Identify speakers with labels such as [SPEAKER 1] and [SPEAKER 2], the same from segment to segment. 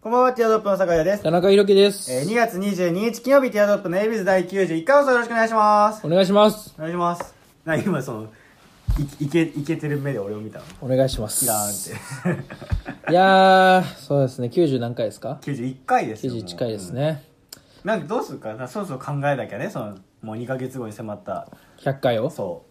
[SPEAKER 1] こんばんは、ティアドロップの酒屋です。
[SPEAKER 2] 田中裕樹です、
[SPEAKER 1] えー、2月22日金曜日、ティアドロップのエビス第91回放送よろしくお願いします。
[SPEAKER 2] お願いします
[SPEAKER 1] お願いします。な、今その、い、いけ、いけてる目で俺を見たの。
[SPEAKER 2] お願いします
[SPEAKER 1] キラーンって。
[SPEAKER 2] いやーそうですね90何回ですか
[SPEAKER 1] 91回ですよ。もう
[SPEAKER 2] 91回です。ね、
[SPEAKER 1] うんなんでどうするかな、そろそろ考えなきゃね、その、もう2ヶ月後に迫った。
[SPEAKER 2] 100回を
[SPEAKER 1] そ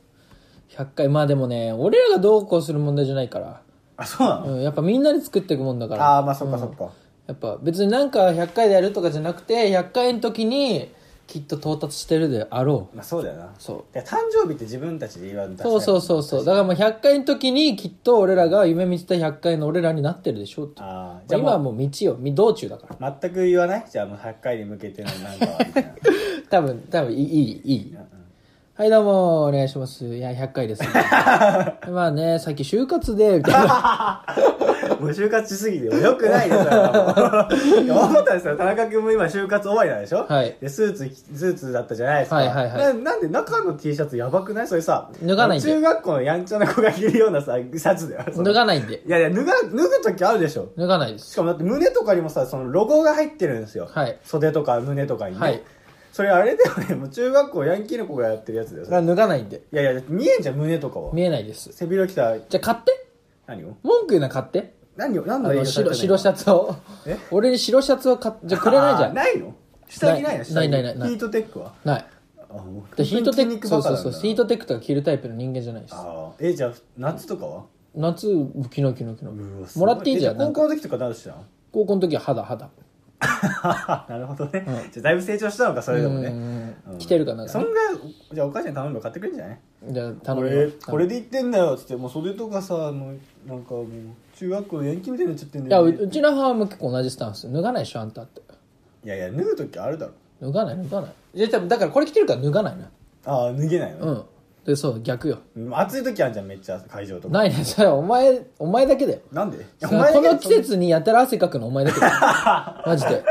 [SPEAKER 1] う。
[SPEAKER 2] 100回まあでもね俺らがどうこうする問題じゃないから、
[SPEAKER 1] あ、そうなの、
[SPEAKER 2] うん、やっぱみんなで作っていくもんだから
[SPEAKER 1] ああ、まあそっかそっか。
[SPEAKER 2] やっぱ別になんか100回でやるとかじゃなくて100回の時にきっと到達してるであろ
[SPEAKER 1] まあそうだよな。
[SPEAKER 2] うそう
[SPEAKER 1] で誕生日って自分たちで言わんと
[SPEAKER 2] そうそうそうそうだからもう100回の時にきっと俺らが夢見てた100回の俺らになってるでしょうって
[SPEAKER 1] ああ、じゃあ
[SPEAKER 2] 今は
[SPEAKER 1] も
[SPEAKER 2] もう道よ道中だから
[SPEAKER 1] う、全く言わないじゃあもう100回に向けてのなんかは、みたいな。
[SPEAKER 2] 多分多分いいいいいいはいどうもお願いしますいや100回です まあねさっき就活でみたい な
[SPEAKER 1] もう就活しすぎて、よくないですよ。 いや思ったんですよ。田中君も今就活終わりなんでしょ
[SPEAKER 2] はい
[SPEAKER 1] で、スーツ着、スーツだったじゃないですか。
[SPEAKER 2] はいはいはい
[SPEAKER 1] ななんで中の T シャツやばくないそれさ。
[SPEAKER 2] 脱がないんで
[SPEAKER 1] 中学校のやんちゃな子が着るようなさ、シャツだよ。その
[SPEAKER 2] 脱がないんで
[SPEAKER 1] いやいや、脱が、脱ぐ時あるでしょ。
[SPEAKER 2] 脱がないで
[SPEAKER 1] し
[SPEAKER 2] す
[SPEAKER 1] かもだって胸とかにもさ、そのロゴが入ってるんですよ。
[SPEAKER 2] はい
[SPEAKER 1] 袖とか胸とかにね。
[SPEAKER 2] はい
[SPEAKER 1] それあれだよね、もう中学校ヤンキーの子がやってるやつだよ。それ
[SPEAKER 2] 脱がないんで
[SPEAKER 1] いやいや、だって見えんじゃん、胸とかは。
[SPEAKER 2] 見えないです
[SPEAKER 1] 背広着た、
[SPEAKER 2] じゃあ買って
[SPEAKER 1] 何を
[SPEAKER 2] 文句言うな買って
[SPEAKER 1] 何を
[SPEAKER 2] あ
[SPEAKER 1] 何の営
[SPEAKER 2] の
[SPEAKER 1] 業され
[SPEAKER 2] 白
[SPEAKER 1] てんの
[SPEAKER 2] 白シャツを
[SPEAKER 1] え
[SPEAKER 2] 俺に白シャツを買っじゃあくれないじゃ
[SPEAKER 1] あー
[SPEAKER 2] んな
[SPEAKER 1] ないの下にないの
[SPEAKER 2] ない
[SPEAKER 1] 下に
[SPEAKER 2] ないないない
[SPEAKER 1] ヒートテックはいあもう
[SPEAKER 2] でヒートテックそうそ
[SPEAKER 1] 本当に筋肉バカ
[SPEAKER 2] うそう
[SPEAKER 1] なんだな
[SPEAKER 2] ヒートテックとか着るタイプの人間じゃないです
[SPEAKER 1] あーえじゃあ夏とかは
[SPEAKER 2] 夏昨日昨日昨
[SPEAKER 1] うわ
[SPEAKER 2] 日
[SPEAKER 1] すご
[SPEAKER 2] もらっていいじゃ
[SPEAKER 1] え
[SPEAKER 2] んな
[SPEAKER 1] 高
[SPEAKER 2] ん
[SPEAKER 1] 校
[SPEAKER 2] か
[SPEAKER 1] の時とかなるしな
[SPEAKER 2] 高校の時は肌肌
[SPEAKER 1] なるほどね、じゃあだいぶ成長したのかそれでもね、
[SPEAKER 2] うん着てるかな
[SPEAKER 1] そんぐらいじゃあお母ちゃんに頼めば買ってくれるんじゃない
[SPEAKER 2] じゃあ頼
[SPEAKER 1] こ
[SPEAKER 2] む
[SPEAKER 1] れ
[SPEAKER 2] よ
[SPEAKER 1] これで言ってんだよっつってもう袖とかさあのなんかもう中学校の延期みたいになっちゃってん
[SPEAKER 2] い
[SPEAKER 1] だ
[SPEAKER 2] や
[SPEAKER 1] よ、
[SPEAKER 2] う
[SPEAKER 1] ね、
[SPEAKER 2] うちの母も結構同じスタンス脱がないでしょあんたって
[SPEAKER 1] いやいや脱ぐ時あるだろ
[SPEAKER 2] 脱がない脱がないいや多分だからこれ着てるから脱がないな
[SPEAKER 1] ああ脱げないの
[SPEAKER 2] う
[SPEAKER 1] ね、
[SPEAKER 2] んでそう逆よ
[SPEAKER 1] 暑い時あるじゃんめっちゃ会場とか
[SPEAKER 2] ないねそれはお前お前だけだよ
[SPEAKER 1] なんでいや
[SPEAKER 2] その
[SPEAKER 1] お前だ
[SPEAKER 2] こ
[SPEAKER 1] け
[SPEAKER 2] の季節にやたら汗かくのお前だけだよ マジで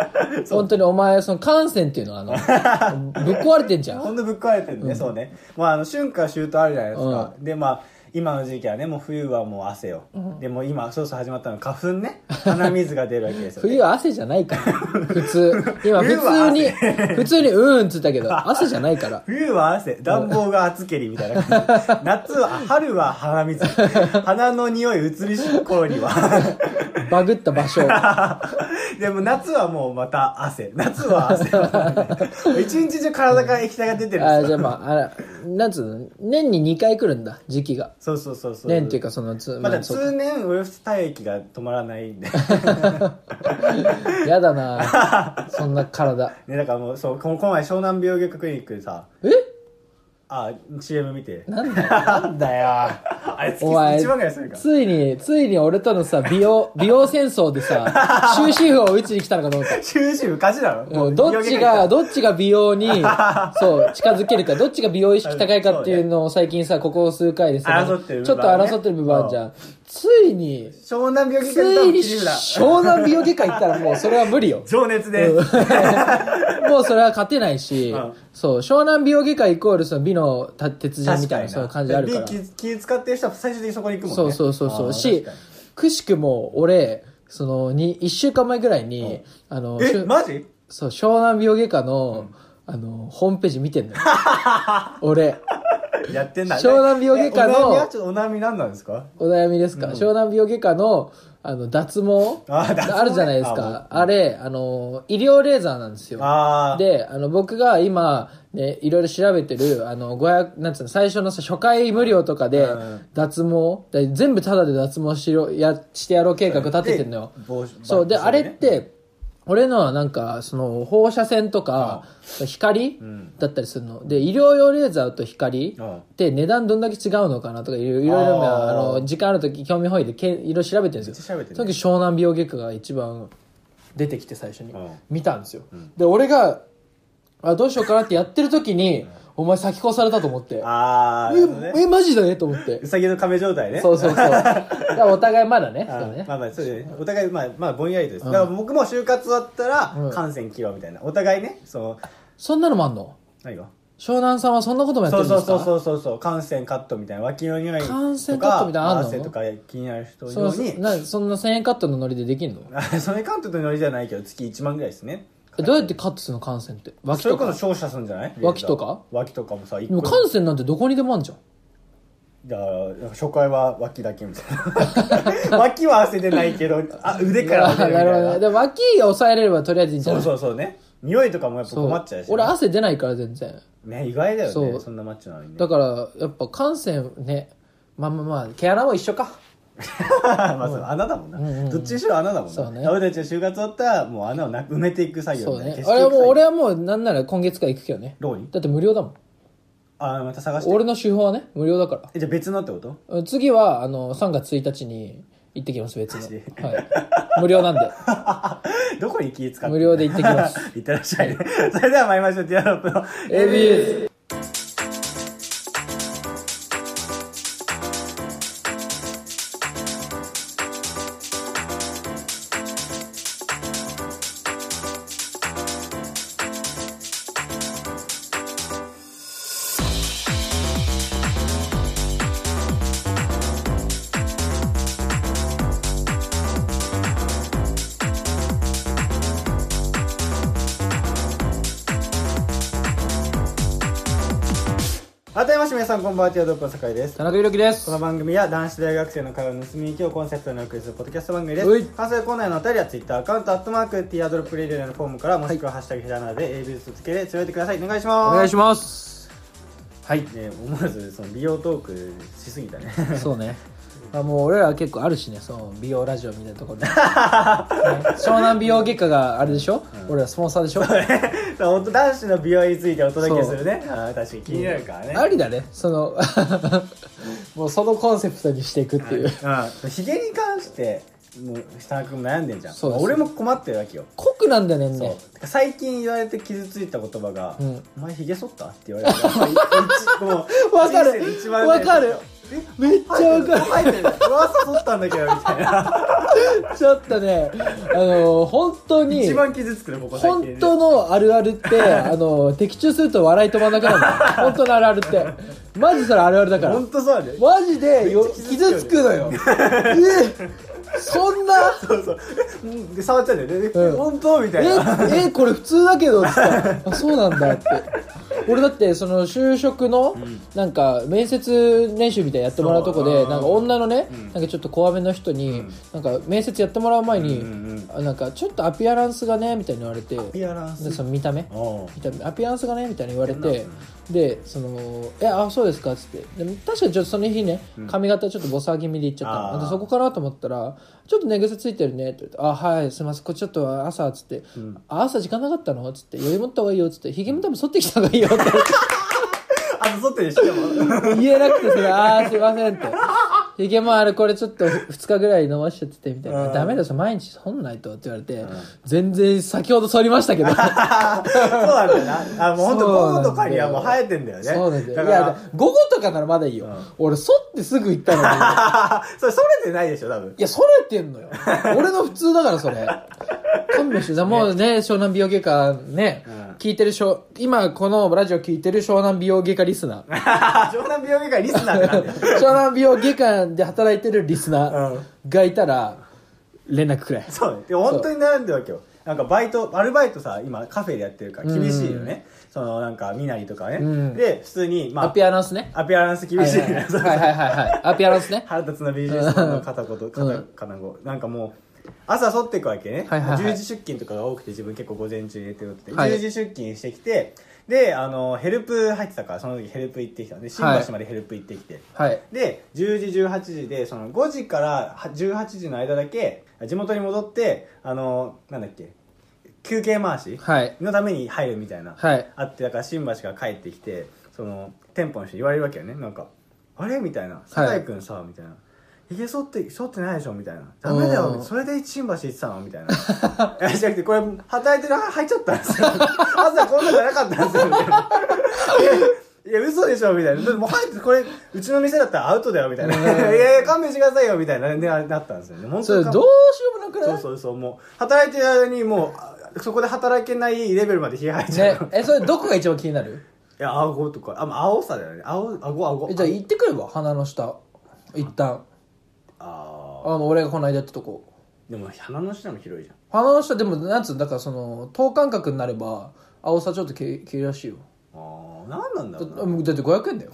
[SPEAKER 2] 本当にお前その汗腺っていうのはあ のぶっ壊れてんじゃ
[SPEAKER 1] ほ
[SPEAKER 2] ん
[SPEAKER 1] んとぶっ壊れてるね、そうね。まあ、あの、春夏秋冬あるじゃないですか。で、まあ、今の時期はね、もう冬はもう汗を。でもう今、そうそう始まったの、花粉ね。鼻水が出るわけですよ、
[SPEAKER 2] 冬は汗じゃないから普通今
[SPEAKER 1] 冬
[SPEAKER 2] 普
[SPEAKER 1] は
[SPEAKER 2] 通
[SPEAKER 1] 汗
[SPEAKER 2] に普通にうーんっつったけど汗じゃないから
[SPEAKER 1] 冬は汗、暖房が暑けりみたいな感 じ。夏は、春は鼻水。鼻の匂い移りし頃に は。
[SPEAKER 2] バグった場所
[SPEAKER 1] でも夏はもうまた汗。夏は 汗。一日中体から液体が出てるん
[SPEAKER 2] あ
[SPEAKER 1] です
[SPEAKER 2] じゃあ
[SPEAKER 1] よ。
[SPEAKER 2] まああらなんつうの年に2回来るんだ時期が
[SPEAKER 1] そうそうそうそう。
[SPEAKER 2] 年っていうかそのつ、
[SPEAKER 1] ま
[SPEAKER 2] ま
[SPEAKER 1] だ
[SPEAKER 2] あ、そう
[SPEAKER 1] 通年、およそ体液が止まらないんで。
[SPEAKER 2] や だなそんな体
[SPEAKER 1] ね、だからもう、そう、このこの前湘南病外科クリニックでさ、
[SPEAKER 2] え
[SPEAKER 1] あ、CM 見て。
[SPEAKER 2] なんだよなんだよ
[SPEAKER 1] あれ、月
[SPEAKER 2] お前
[SPEAKER 1] 1万ぐらいするから。
[SPEAKER 2] ついについに俺とのさ美 容美容戦争でさ終止符を打ちに来たのかと思った
[SPEAKER 1] 終止符勝ちだろも
[SPEAKER 2] う
[SPEAKER 1] うん
[SPEAKER 2] どっちが、、どっちが美 容に、そう、近づけるか、どっちが美容意識高いかっていうのを最近さ、ここ数回でさ、
[SPEAKER 1] 争ってる部分
[SPEAKER 2] ちょっと争ってる部分あるじゃん。つ いに、
[SPEAKER 1] 湘南病外科
[SPEAKER 2] つ
[SPEAKER 1] クリ
[SPEAKER 2] いに
[SPEAKER 1] ニックだ。
[SPEAKER 2] 湘南美容外科行ったらもうそれは無理よ。
[SPEAKER 1] 情熱で、
[SPEAKER 2] もうそれは勝てないし、
[SPEAKER 1] うん
[SPEAKER 2] そう、湘南美容外科イコールその美のた鉄人
[SPEAKER 1] 確
[SPEAKER 2] みた
[SPEAKER 1] か
[SPEAKER 2] いな
[SPEAKER 1] に
[SPEAKER 2] そういう感じあるから。
[SPEAKER 1] で気気使ってる人は最終的にそこに行くもんね。
[SPEAKER 2] そうそうそうそ
[SPEAKER 1] あー
[SPEAKER 2] う。し
[SPEAKER 1] 確かに、
[SPEAKER 2] くしくも俺、その、に、一週間前ぐらいに、あの、し
[SPEAKER 1] え、
[SPEAKER 2] ゅ
[SPEAKER 1] マジ
[SPEAKER 2] そう、湘南美容外科の、あの、ホームページ見てんのよ。俺、
[SPEAKER 1] やってんだ。
[SPEAKER 2] 湘南美容外科の
[SPEAKER 1] えお悩みはちょっとお悩み何なんですか
[SPEAKER 2] お悩みですか、湘南美容外科の、あの、脱毛
[SPEAKER 1] あー脱毛ね
[SPEAKER 2] あるじゃないですか。あれ、あの、医療レーザーなんですよ。
[SPEAKER 1] あー。
[SPEAKER 2] で、あの、僕が今、ね、いろいろ調べてる、あの、500、なんつうの、最初のさ、初回無料とかで
[SPEAKER 1] うん、
[SPEAKER 2] 脱毛、で全部タダで脱毛しろ、や、してやろう計画立ててんのよ
[SPEAKER 1] で帽子。
[SPEAKER 2] そう、で、
[SPEAKER 1] バッ
[SPEAKER 2] あ
[SPEAKER 1] グ
[SPEAKER 2] れ
[SPEAKER 1] ね
[SPEAKER 2] って、俺のはなんか、その、放射線とか、光だったりするの。で、医療用レーザーと光
[SPEAKER 1] うん
[SPEAKER 2] って値段どんだけ違うのかなとか、いろいろいろ、
[SPEAKER 1] あー
[SPEAKER 2] あの、時間ある時興味本位でけ、いろいろ調べてるんですよ。
[SPEAKER 1] めっちゃ調べてるね
[SPEAKER 2] その時湘南美容外科が一番出てきて最初に、
[SPEAKER 1] うん
[SPEAKER 2] 見たんですよ、で俺があどうしようかなってやってる時に、お前先越されたと思って
[SPEAKER 1] あ
[SPEAKER 2] え
[SPEAKER 1] ー、なるほどね
[SPEAKER 2] えマジだねと思って
[SPEAKER 1] うさぎの亀状態ね。
[SPEAKER 2] そうそうそ うだからお互いまだね
[SPEAKER 1] あ
[SPEAKER 2] そうね
[SPEAKER 1] まあまあそうですねお互いまあまあぼんやりとです、だから僕も就活終わったら感染切ろうみたいなお互いねその
[SPEAKER 2] そんなのもあんの
[SPEAKER 1] 何が
[SPEAKER 2] 湘南さんはそんなこともやって
[SPEAKER 1] そ
[SPEAKER 2] る
[SPEAKER 1] うん
[SPEAKER 2] で
[SPEAKER 1] そう
[SPEAKER 2] すか
[SPEAKER 1] そうそうそうそう汗腺カットみたいな脇の匂いとか
[SPEAKER 2] 汗腺カットみたいなのあんの
[SPEAKER 1] 汗とか気になる人
[SPEAKER 2] そ
[SPEAKER 1] 用
[SPEAKER 2] うそう
[SPEAKER 1] に
[SPEAKER 2] なそんな1000円カットのノリでできんの
[SPEAKER 1] あ それカットのノリじゃないけど月1万ぐらいですね
[SPEAKER 2] えどうやってカットするの感染って脇
[SPEAKER 1] それ
[SPEAKER 2] と
[SPEAKER 1] こそ
[SPEAKER 2] か
[SPEAKER 1] 照射するんじゃない
[SPEAKER 2] 脇とか
[SPEAKER 1] 脇とかもさ一
[SPEAKER 2] でも
[SPEAKER 1] 個
[SPEAKER 2] 感染なんてどこにでもあんじゃん
[SPEAKER 1] じゃあ初回は脇だけみたいな 脇は汗出ないけどあ腕からは出るみ たい
[SPEAKER 2] なる
[SPEAKER 1] な
[SPEAKER 2] ほどねで脇抑えれればとりあえずいいんじゃ
[SPEAKER 1] そ
[SPEAKER 2] な
[SPEAKER 1] う
[SPEAKER 2] い
[SPEAKER 1] そうそうね匂いとかもやっぱ困っちゃうしね、
[SPEAKER 2] 俺汗出ないから全然
[SPEAKER 1] ね意外だよね
[SPEAKER 2] そ
[SPEAKER 1] そうんなマッチョなのにね
[SPEAKER 2] だからやっぱ感染ねまあまあまあ毛穴は一緒か
[SPEAKER 1] まあその穴だもんな、
[SPEAKER 2] うんうんうん
[SPEAKER 1] どっちにしろ穴だもん
[SPEAKER 2] そ
[SPEAKER 1] な、
[SPEAKER 2] うね
[SPEAKER 1] 俺たちの就活終わったらもう穴をな埋めていく作業
[SPEAKER 2] そう
[SPEAKER 1] みたいな
[SPEAKER 2] ね
[SPEAKER 1] 消していく
[SPEAKER 2] あ
[SPEAKER 1] 作業
[SPEAKER 2] れはもう俺はもうなんなら今月から行くけどね
[SPEAKER 1] どうに
[SPEAKER 2] だって無料だもん
[SPEAKER 1] ああまた探して
[SPEAKER 2] 俺の手法はね無料だから
[SPEAKER 1] えじゃあ別のってこと
[SPEAKER 2] うん次はあの3月1日に行ってきます別
[SPEAKER 1] ジ
[SPEAKER 2] に、はい、無 料なんで
[SPEAKER 1] どこに気使って
[SPEAKER 2] 無料で行ってきます
[SPEAKER 1] いってらっしゃいねそれでは参りましょうティアドロップの
[SPEAKER 2] ABS
[SPEAKER 1] 改めまして皆さんこんばんはティアドロップの酒井です
[SPEAKER 2] 田中裕樹で
[SPEAKER 1] こ
[SPEAKER 2] す
[SPEAKER 1] の番組は男子大学生の会話を盗み行きをコンセプトにお送りするポッドキャスト番組で
[SPEAKER 2] はい
[SPEAKER 1] す感想やコーナーのお便りは Twitter アカウント「アットマークティアドロップレディオ」のフォームからもしくは「ハッシュタグひらがな」で ABS つけてつぶやいてくださいお願いし
[SPEAKER 2] お
[SPEAKER 1] ます
[SPEAKER 2] 願いします
[SPEAKER 1] はい、ね、思わずその美容トークしすぎたね
[SPEAKER 2] そうね、まあ、もう俺ら結構あるしねその美容ラジオみたいなところで、 ね湘南美容外科があれでしょ、俺らスポンサーでしょ
[SPEAKER 1] そう本当男子の美容についてお届けするねあー確かに気になるからね、
[SPEAKER 2] ありだねその もうそのコンセプトにしていくっていう
[SPEAKER 1] うん、ひげに関してもう設楽君も悩んでんじゃん
[SPEAKER 2] そうです
[SPEAKER 1] 俺も困ってるわけよ
[SPEAKER 2] 濃くなんだよねん
[SPEAKER 1] そう
[SPEAKER 2] ね
[SPEAKER 1] てか最近言われて傷ついた言葉が「
[SPEAKER 2] うん
[SPEAKER 1] お前ひげ剃った?」って言わ れたもう
[SPEAKER 2] わかる
[SPEAKER 1] 人生で一番ね
[SPEAKER 2] わかるめっちゃわかる
[SPEAKER 1] 生えてる俺朝剃ったんだけどみたいな
[SPEAKER 2] ちょっとねあの本当に
[SPEAKER 1] 一番傷つくのここ最近
[SPEAKER 2] 本当のあるあるって、あの、的中すると笑い止まんなくなるの。本当のあるあるって。マジそれあるあるだから。
[SPEAKER 1] 本当そうだね
[SPEAKER 2] マジでよ
[SPEAKER 1] めっちゃ
[SPEAKER 2] 傷
[SPEAKER 1] 傷
[SPEAKER 2] つ
[SPEAKER 1] つ
[SPEAKER 2] く
[SPEAKER 1] く
[SPEAKER 2] の
[SPEAKER 1] よ
[SPEAKER 2] よ。えそんな
[SPEAKER 1] そうそううんで触っちゃうんだよね、
[SPEAKER 2] うん
[SPEAKER 1] 本当みたいな
[SPEAKER 2] ええこれ普通だけどっつってあそうなんだって俺だってその就職のなんか面接練習みたいなやってもらうとこで
[SPEAKER 1] そう
[SPEAKER 2] なんか女のねなんかちょっと怖めの人になんか面接やってもらう前に
[SPEAKER 1] うんうん
[SPEAKER 2] あなんかちょっとアピアランスがねみたいに言われて
[SPEAKER 1] ピアラン
[SPEAKER 2] で
[SPEAKER 1] ス
[SPEAKER 2] その見た目
[SPEAKER 1] おう
[SPEAKER 2] 見た目アピアランスがねみたいに言われてでその「えあそうですか」っつってでも確かにちょっとその日ね髪型ちょっとボサ気味でいっちゃった
[SPEAKER 1] あ
[SPEAKER 2] の
[SPEAKER 1] ー
[SPEAKER 2] でそこからと思ったら「ちょっと寝癖ついてるね」って言って「あはいすいませんこれちょっと朝」っつって「あ朝時間なかったの?」っつって「余裕持った方がいいよ」っつって「ひげも多分剃ってきた方がいいよ」って
[SPEAKER 1] あと剃ってる人も
[SPEAKER 2] 言えなくてそれ「あーすいません」って「ひげもあれこれちょっと2日ぐらい伸ばしちゃってて」みたいな
[SPEAKER 1] う
[SPEAKER 2] 「
[SPEAKER 1] ん
[SPEAKER 2] ダメだよそれ毎日剃んないと」って言われて全然先ほど剃りましたけど
[SPEAKER 1] そうなんだよなあもう本当
[SPEAKER 2] そうな
[SPEAKER 1] 午
[SPEAKER 2] んだよ
[SPEAKER 1] 後とかにはもう生えてんだよね
[SPEAKER 2] そうなんだよ。い
[SPEAKER 1] から
[SPEAKER 2] や、午後とかならまだいいよ。俺、剃ってすぐ行った のに。
[SPEAKER 1] それそれてないでしょ多分
[SPEAKER 2] いや、剃れてんのよ。俺の普通だから、それ。勘弁してだもうね、湘南美容外科ね、
[SPEAKER 1] うん
[SPEAKER 2] 聞いてる湘、今このラジオ聞いてる湘南美容外科リ スナー。
[SPEAKER 1] 湘南美容外科リスナーってなんだよ
[SPEAKER 2] 湘南美容外科で働いてるリスナーがいたら、連絡くれ。
[SPEAKER 1] そうでも本当に悩んでるわけよなんかバイトアルバイトさ今カフェでやってるから厳しいよね、そのなんかみなりとかね、
[SPEAKER 2] ん
[SPEAKER 1] で普通にまあ
[SPEAKER 2] アピアランスね。
[SPEAKER 1] アピアランス厳
[SPEAKER 2] はい
[SPEAKER 1] しい
[SPEAKER 2] は
[SPEAKER 1] ね、
[SPEAKER 2] いはい
[SPEAKER 1] そう
[SPEAKER 2] はいはいはい。アピアランスね。
[SPEAKER 1] 腹立つな BGS さんの片言片片語なんかもう朝剃っていくわけね、
[SPEAKER 2] はいはいはい
[SPEAKER 1] 10時出勤とかが多くて自分結構午前中に寝てるって、
[SPEAKER 2] はい
[SPEAKER 1] 10時出勤してきてであのヘルプ入ってたからその時ヘルプ行ってきたので新
[SPEAKER 2] はい
[SPEAKER 1] 橋までヘルプ行ってきて、
[SPEAKER 2] はい。
[SPEAKER 1] で10時18時でその5時から18時の間だけ地元に戻ってあのなんだっけ休憩回し
[SPEAKER 2] はい。
[SPEAKER 1] のために入るみたいな、
[SPEAKER 2] はい。
[SPEAKER 1] あってだから新橋から帰ってきてその店舗の人に言われるわけよねなんか「あれ?」みたいな「酒井君さ」みたいな「ひげ剃って剃ってないでしょ」みたいな「ダメだ
[SPEAKER 2] う
[SPEAKER 1] よ
[SPEAKER 2] ん
[SPEAKER 1] それで新橋行ってたの?」みたいな「いやじゃなくて これ働いてる入っちゃったんですよ 朝こんなじゃなかったんですよ」みたいな「 いやいや嘘でしょ」みたいな「でももう入ってこれうちの店だったらアウトだよ」みた いな「いやいや勘弁してくださいよ」みたいなねあれなったんですよね本
[SPEAKER 2] そ
[SPEAKER 1] 当
[SPEAKER 2] れ
[SPEAKER 1] に
[SPEAKER 2] どう
[SPEAKER 1] 勘弁
[SPEAKER 2] しようもなくな
[SPEAKER 1] そ
[SPEAKER 2] い
[SPEAKER 1] うそうそうもう働いてる間にもうあそこで働けないレベルまで冷え入っちゃう
[SPEAKER 2] ね、えそれどこが一番気になる
[SPEAKER 1] や顎とかあまあ青さだよね青顎顎
[SPEAKER 2] えじゃあ行ってくれば鼻の下一旦
[SPEAKER 1] ああ
[SPEAKER 2] あの俺がこの間やったとこ
[SPEAKER 1] でも鼻の下も広いじゃん
[SPEAKER 2] 鼻の下でもなんつうだからその等間隔になれば青さちょっと消え消えるらしいよ
[SPEAKER 1] ああ何なんだ
[SPEAKER 2] だ
[SPEAKER 1] ろうな
[SPEAKER 2] もうだって500円だよ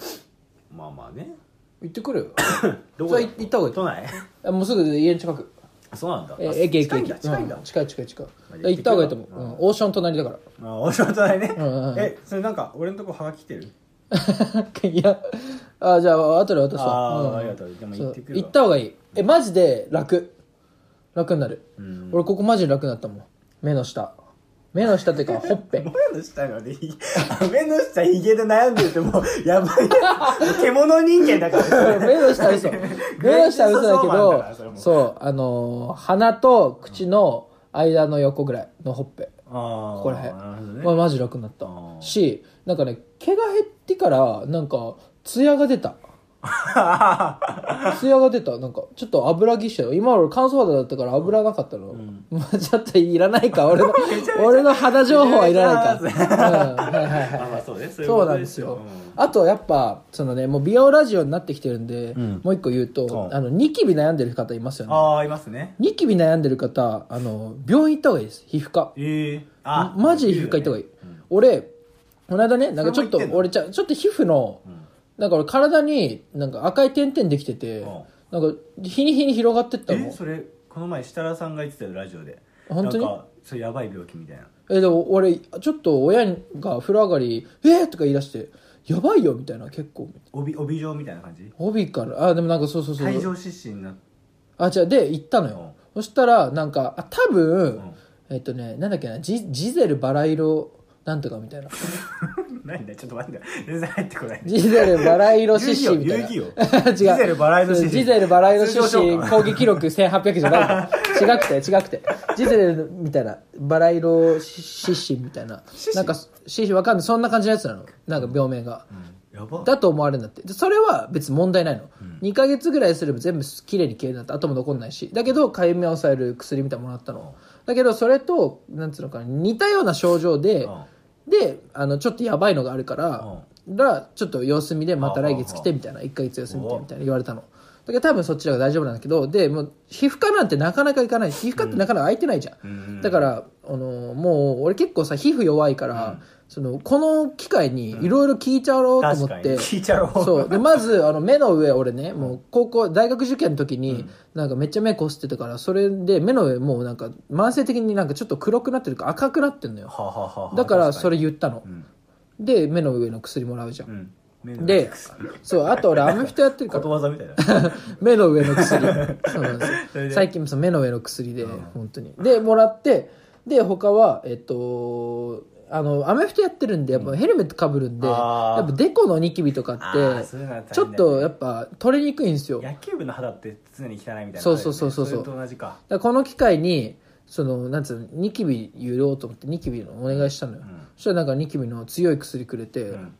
[SPEAKER 1] まあまあね
[SPEAKER 2] 行って くれよ
[SPEAKER 1] どこだ
[SPEAKER 2] じゃあ行った方がいい
[SPEAKER 1] 都内
[SPEAKER 2] あもうすぐ家の近く
[SPEAKER 1] あそうなんだ
[SPEAKER 2] え
[SPEAKER 1] あ
[SPEAKER 2] 駅駅
[SPEAKER 1] 近いんだ
[SPEAKER 2] 駅
[SPEAKER 1] 近いんだ
[SPEAKER 2] うん近い近い近い
[SPEAKER 1] あ
[SPEAKER 2] 行った方がいいと思う、
[SPEAKER 1] 行ってく
[SPEAKER 2] う
[SPEAKER 1] れ
[SPEAKER 2] ん、オーシャン隣だから
[SPEAKER 1] あお仕事ないね
[SPEAKER 2] うんうん
[SPEAKER 1] えそれなんか俺のとこハガキ来てる
[SPEAKER 2] いやあじゃあ後で渡すわ
[SPEAKER 1] あー
[SPEAKER 2] ん
[SPEAKER 1] ありがとうでも行ってくるわ
[SPEAKER 2] そう行った方がいいえマジで楽楽になる、
[SPEAKER 1] ん
[SPEAKER 2] 俺ここマジで楽になったもん目の下目の下っていうかほっぺ
[SPEAKER 1] 目の下のね、ひ 目の下ヒゲで悩んでるってもう、 やばいやつ。獣人間だ から。
[SPEAKER 2] 目の 下嘘目の下嘘だけ
[SPEAKER 1] グレイテストソーマンだからそれ
[SPEAKER 2] ど
[SPEAKER 1] も
[SPEAKER 2] そうあのー鼻と口の間の横ぐらいのほっぺ
[SPEAKER 1] ああ。
[SPEAKER 2] ここら辺
[SPEAKER 1] なるほど ね
[SPEAKER 2] まあ、マジ楽になった
[SPEAKER 1] あー
[SPEAKER 2] しなんかね毛が減ってからなんか艶が 出た艶が出たなんかちょっと油ぎっしょ今俺乾燥肌だったから油なかったの、まあ ちょっといらないか 俺の俺の肌情報はいらないか、
[SPEAKER 1] めち
[SPEAKER 2] うんはいはいはい
[SPEAKER 1] あまあそうね。そい
[SPEAKER 2] そう
[SPEAKER 1] こと
[SPEAKER 2] なんですよ、
[SPEAKER 1] うん
[SPEAKER 2] あとやっぱそのねもう美容ラジオになってきてるんで、
[SPEAKER 1] ん
[SPEAKER 2] もう一個言うと、
[SPEAKER 1] うん
[SPEAKER 2] あのニキビ悩んでる方いますよね
[SPEAKER 1] ああ、いますね。
[SPEAKER 2] ニキビ悩んでる方あの病院行った方がいいです皮膚科
[SPEAKER 1] ええ。あ
[SPEAKER 2] マジで皮膚科行った方がいい、俺この間ねなんかちょっと
[SPEAKER 1] それも
[SPEAKER 2] 俺ちゃちょっと皮膚の、
[SPEAKER 1] ん
[SPEAKER 2] なんか俺体になんか赤い点々できてて、なんか日に日に広がってった
[SPEAKER 1] え、
[SPEAKER 2] の
[SPEAKER 1] それ、この前、設楽さんが言ってたよ、ラジオで。
[SPEAKER 2] 本当に
[SPEAKER 1] なんか、それやばい病気みたいな。
[SPEAKER 2] えでも俺ちょっと親が風呂上がり「えー!」とか言い出して「やばいよ」みたいな結構
[SPEAKER 1] 帯、帯状みたいな感じ
[SPEAKER 2] 帯からあでもなんかそうそうそう
[SPEAKER 1] 帯状湿疹にな っ
[SPEAKER 2] あじゃあで行ったのよ、そしたらなんかあ多分、えっとねなんだっけなジジゼルバラ色なんとかみたいな
[SPEAKER 1] 何だよちょっと待って。全然入ってこない。
[SPEAKER 2] ジゼルバラ色獅子みたいな
[SPEAKER 1] 遊戯王
[SPEAKER 2] 違う
[SPEAKER 1] ジゼルバラ色獅子
[SPEAKER 2] ジゼルバラ色獅
[SPEAKER 1] 通称召
[SPEAKER 2] 子
[SPEAKER 1] 喚
[SPEAKER 2] 攻撃力1800じ ゃない違くて違くてジゼルみたいなバラ色獅子みたいな
[SPEAKER 1] 獅子
[SPEAKER 2] なんか獅子わかんないそんな感じのやつなのなんか病名が、
[SPEAKER 1] やば。
[SPEAKER 2] だと思われるんだってでそれは別に問題ないの、2ヶ月ぐらいすれば全部綺麗に消えるんだって後も残んないしだけどかゆみを抑える薬みたいなのもらったのだけどそれとなんつうのかな似たような症状で、であのちょっとやばいのがあるから、だからちょっと様子見でまた来月来てみたいな1ヶ月休みてみたいな言われたのだけど多分そっちらが大丈夫なんだけどでもう皮膚科なんてなかなか行かない皮膚科ってなかなか空いてないじゃん、だからあのもう俺結構さ皮膚弱いから、そのこの機会にいろいろ聞いちゃおうと
[SPEAKER 1] 確
[SPEAKER 2] 思っ
[SPEAKER 1] かに。
[SPEAKER 2] て、
[SPEAKER 1] 聞いちゃろう。
[SPEAKER 2] そうでまずあの目の上俺ねもう高校大学受験の時に、なんかめっちゃ目こすってたからそれで目の上もうなんか慢性的になんかちょっと黒くなってるから赤くなってるのよ
[SPEAKER 1] はあはあはあはあ
[SPEAKER 2] だからそ
[SPEAKER 1] れ。
[SPEAKER 2] れ言ったの、で目の上の薬もらうじゃん、
[SPEAKER 1] うん。
[SPEAKER 2] でそうあと俺アメフトやってるか
[SPEAKER 1] こ
[SPEAKER 2] ら
[SPEAKER 1] とわざみたい な。
[SPEAKER 2] 目の上 の薬そうなんですよ
[SPEAKER 1] それで
[SPEAKER 2] 最近もその目の上の薬で、本当にでもらってで他はえっとあのアメフトやってるんでやっぱヘルメットかぶるんで、
[SPEAKER 1] あー
[SPEAKER 2] やっぱデコのニキビとか
[SPEAKER 1] あーそういうのは大変だよ
[SPEAKER 2] っ
[SPEAKER 1] ね
[SPEAKER 2] てちょっとやっぱ取れにくいんですよだか
[SPEAKER 1] 野球部の肌って常に汚いみたいなのあるよね、
[SPEAKER 2] そうそうそうそうそう
[SPEAKER 1] それと同じから
[SPEAKER 2] この機会にそのなんつうのニキビ揺ろうと思ってニキビのお願いしたのよ、そしたらなんかニキビの強い薬くれて、
[SPEAKER 1] ん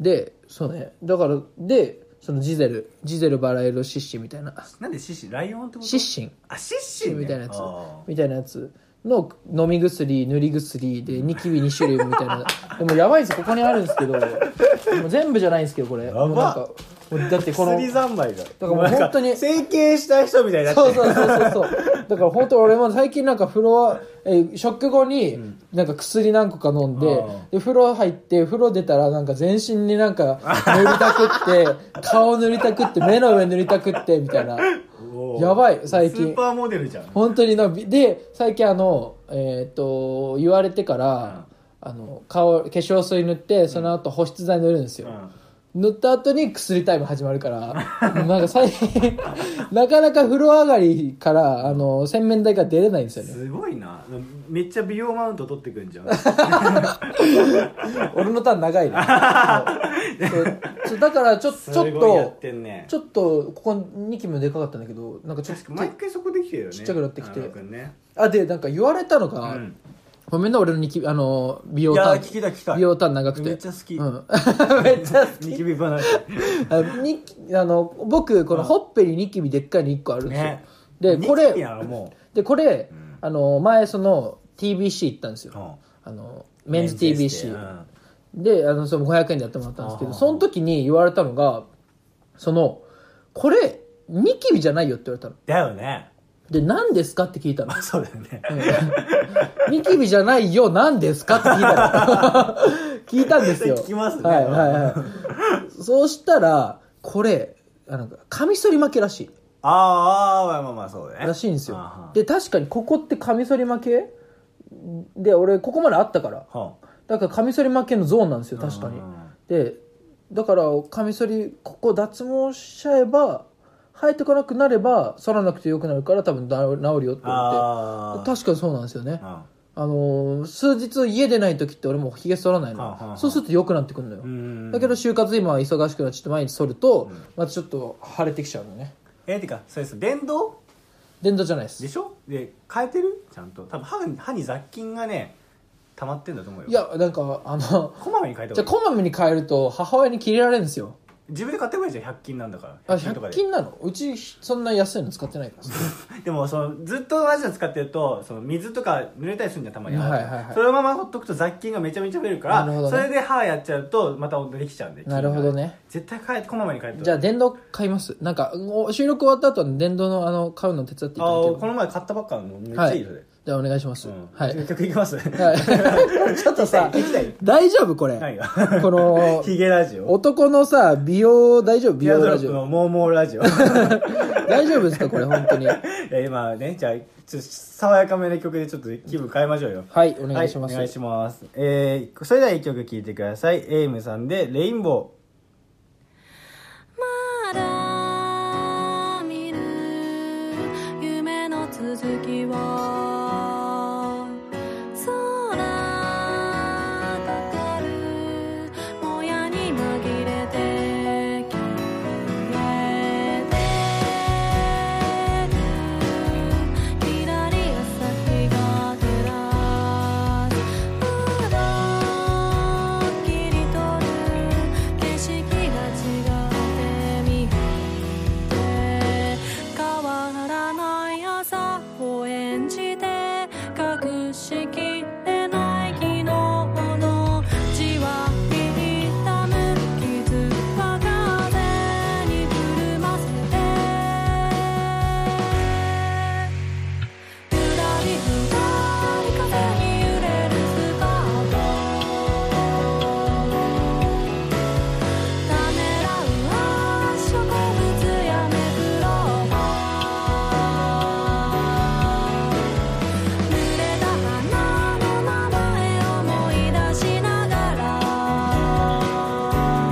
[SPEAKER 2] でそうねだからでそのジゼルジゼルバラ色シッシみたいな
[SPEAKER 1] なんで獅子ライオンってこと
[SPEAKER 2] シッシン
[SPEAKER 1] あ獅子ね
[SPEAKER 2] みたいなやつ
[SPEAKER 1] あ
[SPEAKER 2] みたいなやつの飲み薬塗り薬でニキビ2種類みたいなでもやばいですここにあるんですけどもう全部じゃないんですけどこれ
[SPEAKER 1] ば
[SPEAKER 2] もうなんかもうだって
[SPEAKER 1] ー
[SPEAKER 2] この
[SPEAKER 1] 薬三昧だだから
[SPEAKER 2] もう本当に
[SPEAKER 1] 整形した人みたいになって
[SPEAKER 2] そうそうそうそうそうだから本当俺も最近なんか風呂えー食後になんか薬何個か飲んで,、
[SPEAKER 1] うん
[SPEAKER 2] で風呂入って風呂出たらなんか全身になんか塗りたく って顔塗りたくって目の上塗りたくってみたいな
[SPEAKER 1] おー
[SPEAKER 2] やばい最
[SPEAKER 1] ス
[SPEAKER 2] 近
[SPEAKER 1] ーパーモデルじゃん
[SPEAKER 2] 本当になびで最近あのえっ、と言われてから、あの顔化粧水塗ってその後保湿剤塗るんですよ、
[SPEAKER 1] うん
[SPEAKER 2] 塗った後に薬タイム始まるからなんか最近 なかなか風呂上がりからあの洗面台が出れないんですよね
[SPEAKER 1] すごいなめっちゃ美容マウント取ってくんじゃん
[SPEAKER 2] 俺のターン長いねそうそうだからちょち
[SPEAKER 1] す
[SPEAKER 2] ょっ
[SPEAKER 1] ごいやっ
[SPEAKER 2] と
[SPEAKER 1] てんね
[SPEAKER 2] ちょっとここニキビもでかかったんだけどなんかちょっ
[SPEAKER 1] 確か
[SPEAKER 2] と
[SPEAKER 1] 毎回そこできてるよね
[SPEAKER 2] ちっちゃくなってきて
[SPEAKER 1] あー君ね
[SPEAKER 2] あでなんか言われたのが、
[SPEAKER 1] うん
[SPEAKER 2] ごめんな俺のニキビあの美容
[SPEAKER 1] い
[SPEAKER 2] タ
[SPEAKER 1] や
[SPEAKER 2] ー
[SPEAKER 1] ー
[SPEAKER 2] ン
[SPEAKER 1] 聞きたい聞きたい
[SPEAKER 2] 美容ターン長くて
[SPEAKER 1] めっちゃ好き
[SPEAKER 2] うん、 めっちゃ好き
[SPEAKER 1] ニキビ 話
[SPEAKER 2] あにあの僕このほっぺにニキビでっかいの1個あるんですよ、
[SPEAKER 1] ね
[SPEAKER 2] でこれ
[SPEAKER 1] ニキビなのも
[SPEAKER 2] でこれ、あの前その TBC 行ったんですよ、
[SPEAKER 1] ううん
[SPEAKER 2] あのメンズ
[SPEAKER 1] メンズエステ
[SPEAKER 2] TBC
[SPEAKER 1] うん
[SPEAKER 2] であのその500円でやってもらったんですけ
[SPEAKER 1] あー
[SPEAKER 2] どその時に言われたのがそのこれニキビじゃないよって言われたの
[SPEAKER 1] だよね。
[SPEAKER 2] で何ですかって聞い たの
[SPEAKER 1] まあそうだよね。
[SPEAKER 2] ニキビじゃないよ、何ですかって聞い たの聞いたんですよ。
[SPEAKER 1] 聞きますね
[SPEAKER 2] はいはいはい。そうしたら、これ、あの、カミソリ負けらしい。
[SPEAKER 1] ああ、まあまあまあそうだね。
[SPEAKER 2] らしいんです
[SPEAKER 1] あ
[SPEAKER 2] よ
[SPEAKER 1] は。
[SPEAKER 2] で、確かにここってカミソリ負けで、俺、ここまであったから。
[SPEAKER 1] は
[SPEAKER 2] だからカミソリ負けのゾーンなんですよ、
[SPEAKER 1] あ
[SPEAKER 2] 確かに
[SPEAKER 1] う。ん
[SPEAKER 2] で、だから、カミソリ、ここ脱毛しちゃえば、生えてこなくなれば、剃らなくてよくなるから多分な治るよって言われ
[SPEAKER 1] あ
[SPEAKER 2] て。
[SPEAKER 1] あ。
[SPEAKER 2] 確かにそうなんですよね。
[SPEAKER 1] か
[SPEAKER 2] あのー数日家出ない時って俺もうひげ剃らないの、
[SPEAKER 1] はあはあはあ
[SPEAKER 2] そうすると良くなってくるのよ、
[SPEAKER 1] うん。
[SPEAKER 2] だけど、就活今は忙しくなっちゃって毎日剃ると、またちょっと腫れてきちゃうのね
[SPEAKER 1] えー、てか、そうです。電動
[SPEAKER 2] 電動じゃないで
[SPEAKER 1] ですしょで、変えてるちゃんと。多分歯に、歯に雑菌がね、溜まってんだと思うよ。
[SPEAKER 2] い、やなんかあの
[SPEAKER 1] こまめに変えた
[SPEAKER 2] じゃあ
[SPEAKER 1] 方がいい。
[SPEAKER 2] こまめに変えると母親に切れられるんですよ
[SPEAKER 1] 自分で買ってもいいじゃん、100均なんだから。
[SPEAKER 2] あ
[SPEAKER 1] 100均とか
[SPEAKER 2] 100
[SPEAKER 1] で。
[SPEAKER 2] 均なのうちそんな安いの使ってないからさ
[SPEAKER 1] でもそのずっと同じの使ってるとその水とか濡れたりするんじゃんたまに、
[SPEAKER 2] はいはいはい
[SPEAKER 1] そのままほっとくと雑菌がめちゃめちゃ増えるから
[SPEAKER 2] なるほどね
[SPEAKER 1] それで歯やっちゃうとまたできちゃうんで
[SPEAKER 2] なるほどね
[SPEAKER 1] 絶対変えこまめに変えて
[SPEAKER 2] じゃあ電動買いますなんかお収録終わった後に電動のあの買うの手伝っていた
[SPEAKER 1] あ
[SPEAKER 2] だいて
[SPEAKER 1] ーこの前買ったばっかなのめっちゃいいそれ、
[SPEAKER 2] じゃあお願いします、
[SPEAKER 1] うん
[SPEAKER 2] はい、
[SPEAKER 1] 結局いきます、
[SPEAKER 2] はい、ちょっとさ
[SPEAKER 1] 聞きたい聞き
[SPEAKER 2] 大丈夫これ
[SPEAKER 1] 何が
[SPEAKER 2] この
[SPEAKER 1] ヒゲラジオ
[SPEAKER 2] 男のさ、美容、大丈夫美
[SPEAKER 1] ピア
[SPEAKER 2] 容
[SPEAKER 1] ドロ
[SPEAKER 2] ラ
[SPEAKER 1] ッ
[SPEAKER 2] ジ
[SPEAKER 1] プ
[SPEAKER 2] オ。
[SPEAKER 1] のモーモーラジオい
[SPEAKER 2] 大丈夫ですかこれ、本当 に。は
[SPEAKER 1] や今ねじゃあちょっと爽やかめな曲でちょっと気分変えましょうよ
[SPEAKER 2] い、お願いします。
[SPEAKER 1] はい、お願いします。えー、それでは一曲聴いてください。エイムさんで、レインボー。
[SPEAKER 3] まだ見る夢の続きを空かかるもやに紛れて消えてる左足先が照らすまだ切り取る景色が違って見えて変わらない朝を演じて隠しきれない昨日のじわり痛む傷は風にくるませて「ゆらりふらり風に揺れるスカート」「ためらうは植物やめくろう」「濡れた花の名前思い出しながら」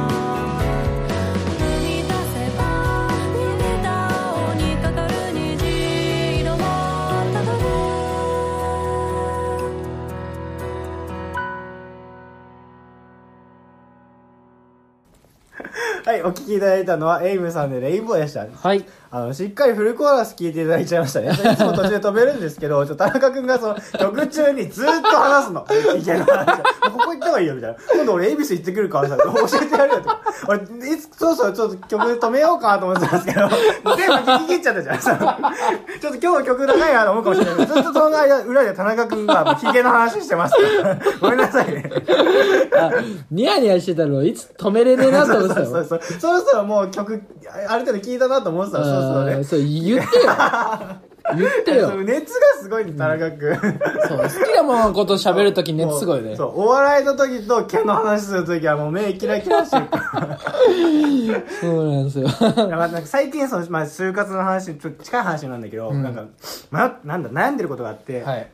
[SPEAKER 3] 「踏み出せば逃げた青にかかる虹色をたどる」
[SPEAKER 1] はい、お聞きいただいたのは、エイムさんでレインボーでした。
[SPEAKER 2] はい。
[SPEAKER 1] あの、しっかりフルコーラス聞いていただいちゃいましたね。いつも途中で飛べるんですけど、ちょっと田中くんがその、曲中にずっと話すの。いける話。ここ行った方がいいよ、みたいな。今度俺、恵比寿行ってくるからさ、教えてやるよとか。俺、いつ、そろそろちょっと曲止めようかなと思ってたんですけど、全部聞き切っちゃったじゃんその。ちょっと今日の曲長いなと思うかもしれないけど、ずっとその間、裏で田中くんがもうヒゲの話してますから。ごめんなさいね。
[SPEAKER 2] あ、ニヤニヤしてたの、いつ止めれねえなと思ってた
[SPEAKER 1] そう
[SPEAKER 2] よ。
[SPEAKER 1] そうそう。そろそろもう曲、あある程度聞いたなと思ってたら、そろそろ
[SPEAKER 2] あー
[SPEAKER 1] ね。
[SPEAKER 2] そう、言ってよ。言って
[SPEAKER 1] そう
[SPEAKER 2] よ。
[SPEAKER 1] 熱がすごいね、田中君。
[SPEAKER 2] そう、好きなもののこと喋るとき熱すごい
[SPEAKER 1] も
[SPEAKER 2] ね
[SPEAKER 1] うそ。う、お笑いの時と毛の話する時はもう目キラキラ してるから。
[SPEAKER 2] そうなんですよ。
[SPEAKER 1] いやまあなんか最近その、まあ、就活の話、ちょっと近い話なんだけど、
[SPEAKER 2] うん
[SPEAKER 1] なんか、ま、なんだ、悩んでることがあって、
[SPEAKER 2] はい。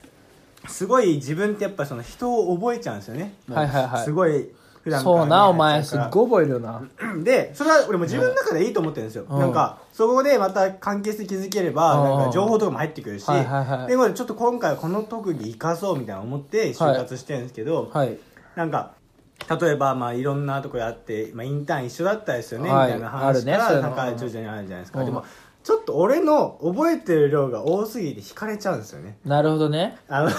[SPEAKER 1] すごい自分ってやっぱその人を覚えちゃうんですよね。もう
[SPEAKER 2] はいはいはい
[SPEAKER 1] すごい、普段からね
[SPEAKER 2] そうな、お前、
[SPEAKER 1] やっちゃ
[SPEAKER 2] す
[SPEAKER 1] う
[SPEAKER 2] っ
[SPEAKER 1] から
[SPEAKER 2] ごい覚えるよな。
[SPEAKER 1] でそれは俺も自分の中でいいと思ってるんですよ、
[SPEAKER 2] うん
[SPEAKER 1] なんかそこでまた関係性築ければ
[SPEAKER 2] うん
[SPEAKER 1] なんか情報とかも入ってくるし、
[SPEAKER 2] はいはいはい
[SPEAKER 1] でもちょっと今回はこの特技生かそうみたいな思って就活してるんですけど、
[SPEAKER 2] はい。
[SPEAKER 1] なんか例えばまあいろんなとこやって、まあ、インターン一緒だったですよね、
[SPEAKER 2] はい
[SPEAKER 1] みたいな話から、
[SPEAKER 2] あるねそういう
[SPEAKER 1] な
[SPEAKER 2] の
[SPEAKER 1] んか徐々にあるじゃないですか、
[SPEAKER 2] うん
[SPEAKER 1] でもちょっと俺の覚えてる量が多すぎて引かれちゃうんですよね
[SPEAKER 2] なるほどね。
[SPEAKER 1] あの